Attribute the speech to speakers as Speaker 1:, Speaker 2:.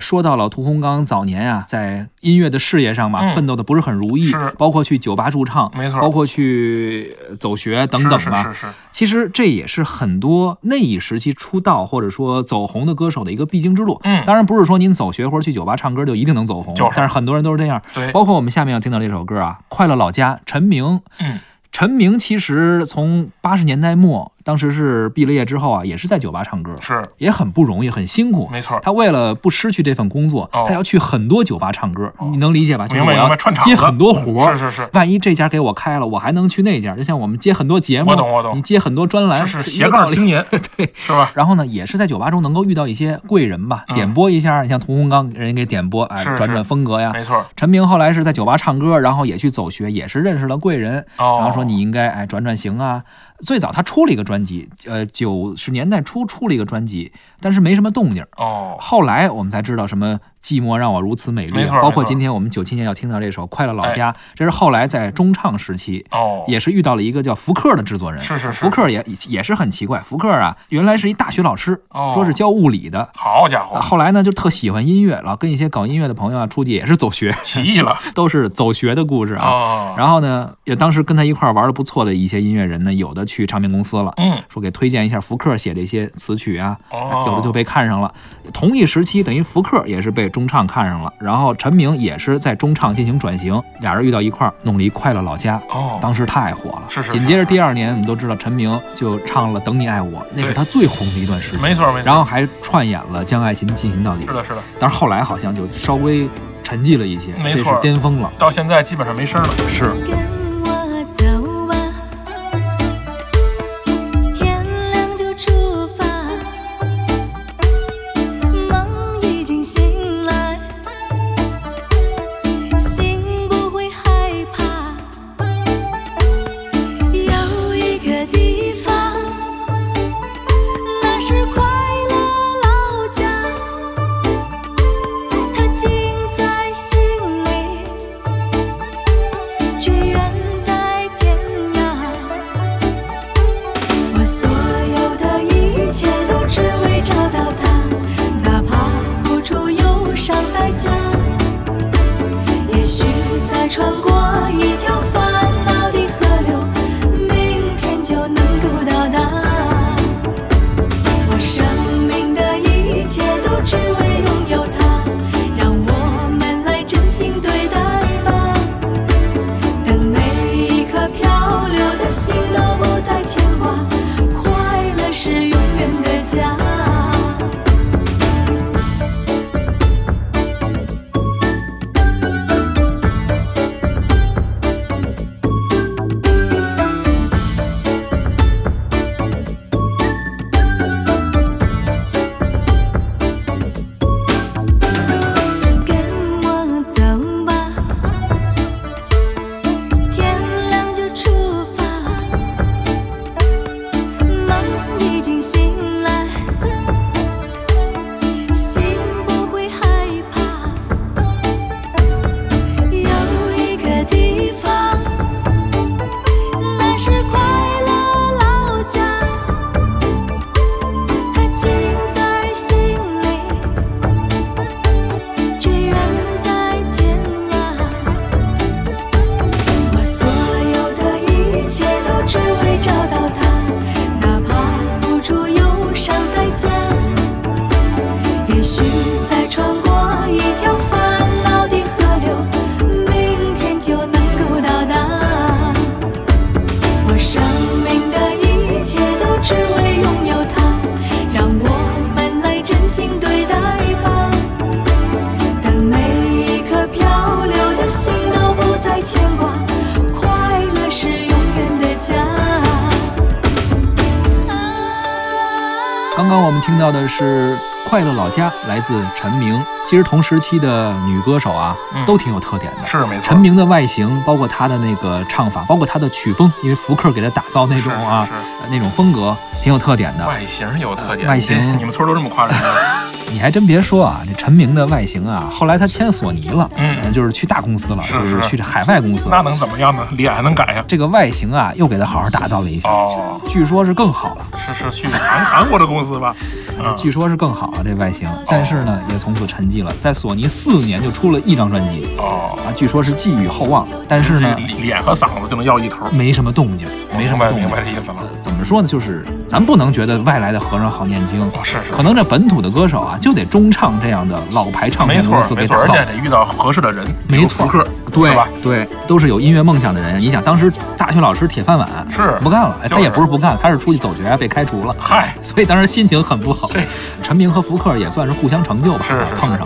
Speaker 1: 说到了屠洪刚早年啊，在音乐的事业上嘛，
Speaker 2: 嗯
Speaker 1: 奋斗的不是很如意
Speaker 2: 是，
Speaker 1: 包括去酒吧驻唱，
Speaker 2: 没错
Speaker 1: 包括去呃走学等等吧。
Speaker 2: 是是是是，
Speaker 1: 其实这也是很多那一时期出道或者说走红的歌手的一个必经之路。
Speaker 2: 嗯
Speaker 1: 当然不是说您走学或者去酒吧唱歌就一定能走红，
Speaker 2: 就是
Speaker 1: 但是很多人都是这样。
Speaker 2: 对，
Speaker 1: 包括我们下面要听到这首歌啊，《快乐老家》，陈明。
Speaker 2: 嗯，
Speaker 1: 陈明其实从八十年代末，当时是毕了业之后啊，也是在酒吧唱歌，
Speaker 2: 是
Speaker 1: 也很不容易，很辛苦。
Speaker 2: 没错，
Speaker 1: 他为了不失去这份工作，
Speaker 2: 哦
Speaker 1: 他要去很多酒吧唱歌，你能理解吧？就是
Speaker 2: 明白
Speaker 1: 我
Speaker 2: 明
Speaker 1: 要
Speaker 2: 白，串场
Speaker 1: 接
Speaker 2: 子
Speaker 1: 很多活儿，
Speaker 2: 是是是，
Speaker 1: 万一这家给我开了，我还能去那家。就像我们接很多节目，
Speaker 2: 我懂我懂
Speaker 1: 你接很多专栏，一
Speaker 2: 是是
Speaker 1: 个
Speaker 2: 斜
Speaker 1: 道
Speaker 2: 杠
Speaker 1: 理。
Speaker 2: 青年，
Speaker 1: 对，
Speaker 2: 是吧？
Speaker 1: 然后呢，也是在酒吧中能够遇到一些贵人吧，
Speaker 2: 嗯
Speaker 1: 点播一下，你像屠洪刚，人家给点播，哎，
Speaker 2: 是是
Speaker 1: 转转风格呀。
Speaker 2: 没错，
Speaker 1: 陈明后来是在酒吧唱歌，然后也去走学，也是认识了贵人，
Speaker 2: 哦，
Speaker 1: 然后说你应该哎转转型啊。最早他出了一个专辑，呃，九十年代初出了一个专辑，但是没什么动静。
Speaker 2: 哦，
Speaker 1: 后来我们才知道什么寂寞让我如此美丽啊
Speaker 2: 没错，
Speaker 1: 包括
Speaker 2: 没错哎
Speaker 1: 今天我们九七年要听到这首《快乐老家》，这是后来在中唱时期。
Speaker 2: 哦，
Speaker 1: 也是遇到了一个叫福克的制作人，
Speaker 2: 是是是
Speaker 1: 福克也也是很奇怪，福克啊，原来是一大学老师，
Speaker 2: 哦
Speaker 1: 说是教物理的。
Speaker 2: 好家伙
Speaker 1: 啊，后来呢，就特喜欢音乐，老跟一些搞音乐的朋友啊出去也是走学，
Speaker 2: 起义了
Speaker 1: 都是走学的故事啊。
Speaker 2: 哦，
Speaker 1: 然后呢，也当时跟他一块儿玩的不错的一些音乐人呢，有的去唱片公司了，
Speaker 2: 嗯，
Speaker 1: 说给推荐一下福克写的一些词曲啊，
Speaker 2: 哦，
Speaker 1: 有的就被看上了。同一时期，等于福克也是被中唱看上了，然后陈明也是在中唱进行转型，俩人遇到一块儿，弄了一《快乐老家》，
Speaker 2: 哦，
Speaker 1: 当时太火了。
Speaker 2: 是是
Speaker 1: 紧接着第二年，我们都知道陈明就唱了《等你爱我》，那是
Speaker 2: 对
Speaker 1: 他最红的一段时间。
Speaker 2: 没错没错，
Speaker 1: 然后还串演了《将爱情进行到底
Speaker 2: 是》，的是的，
Speaker 1: 但是后来好像就稍微沉寂了一些，
Speaker 2: 没
Speaker 1: 这
Speaker 2: 错
Speaker 1: 是巅峰了。
Speaker 2: 到现在基本上没声了，
Speaker 1: 是
Speaker 3: 跟我走吧，天亮就出发。梦已经醒来，心不会害怕。有一个地方，那是快乐老家，它尽在心里。却远在天涯。我所有的一切都只为找到他，哪怕付出忧伤代价。也许再穿过一条烦恼的河流，明天就能够到达。我生命的一切都只为拥有它，让我们来真心对待吧。等每一颗漂流的心都不再牵挂，快乐是永远的家。跟我走吧。天亮就出发，梦已经醒来，心不会害怕。有一个地方，那是快乐老家，它尽在心里，却远在天涯。我所有的一切都只为找到他，哪怕付出忧伤代价。也许再穿过一条烦恼的河流，明天就能够到达。我生命的一切都只为拥有他，让我们来真心对待吧。等每一颗漂流的心都不再牵挂，快乐是永远的家。
Speaker 1: 刚刚我们听到的是《快乐老家》，来自陈明。其实同时期的女歌手啊，
Speaker 2: 嗯
Speaker 1: 都挺有特点的。
Speaker 2: 是没错
Speaker 1: 陈，明的外形，包括他的那个唱法，包括他的曲风，因为福克给他打造那
Speaker 2: 是
Speaker 1: 种啊，
Speaker 2: 是是
Speaker 1: 呃那种风格挺有特点的。
Speaker 2: 外形有特点，
Speaker 1: 外形
Speaker 2: 你你们村儿都这么夸人吗？
Speaker 1: 你还真别说啊，这陈明的外形啊，后来他签索尼了，
Speaker 2: 嗯
Speaker 1: 呃就是去大公司了，
Speaker 2: 是
Speaker 1: 就是去海外公司了。
Speaker 2: 那能怎么样呢？脸还能改呀？
Speaker 1: 这个外形啊，又给他好好打造了一下，
Speaker 2: 哦，
Speaker 1: 据说是更好了。
Speaker 2: 是是去韩韩国的公司吧？啊
Speaker 1: 据说是更好啊这外形，
Speaker 2: 哦
Speaker 1: 但是呢也从此沉寂了，在索尼四年就出了一张专辑
Speaker 2: 哦，
Speaker 1: 啊，据说是寄予厚望，但是
Speaker 2: 这
Speaker 1: 呢
Speaker 2: 脸脸和嗓子就能要一头儿，
Speaker 1: 没什么动静，嗯没什么
Speaker 2: 明白
Speaker 1: 动
Speaker 2: 明
Speaker 1: 静
Speaker 2: 白。这意思了。
Speaker 1: 呃怎么说呢？就是咱不能觉得外来的和尚好念经，
Speaker 2: 哦是是
Speaker 1: 可能这本土的歌手啊，就得中唱这样的老牌唱
Speaker 2: 没
Speaker 1: 片
Speaker 2: 错
Speaker 1: 公司
Speaker 2: 没
Speaker 1: 给
Speaker 2: 错，
Speaker 1: 打
Speaker 2: 而
Speaker 1: 造
Speaker 2: 且。还得遇到合适的人，
Speaker 1: 没错
Speaker 2: 比如福克，
Speaker 1: 对
Speaker 2: 是吧？
Speaker 1: 对，都是有音乐梦想的人。你想，当时大学老师铁饭碗
Speaker 2: 是
Speaker 1: 不干了，哎
Speaker 2: 就是
Speaker 1: 他也不是不干，他是出去走学被开除了，
Speaker 2: 嗨，
Speaker 1: 所以当时心情很不好
Speaker 2: 对。
Speaker 1: 陈明和福克也算是互相成就吧，
Speaker 2: 是是是
Speaker 1: 碰上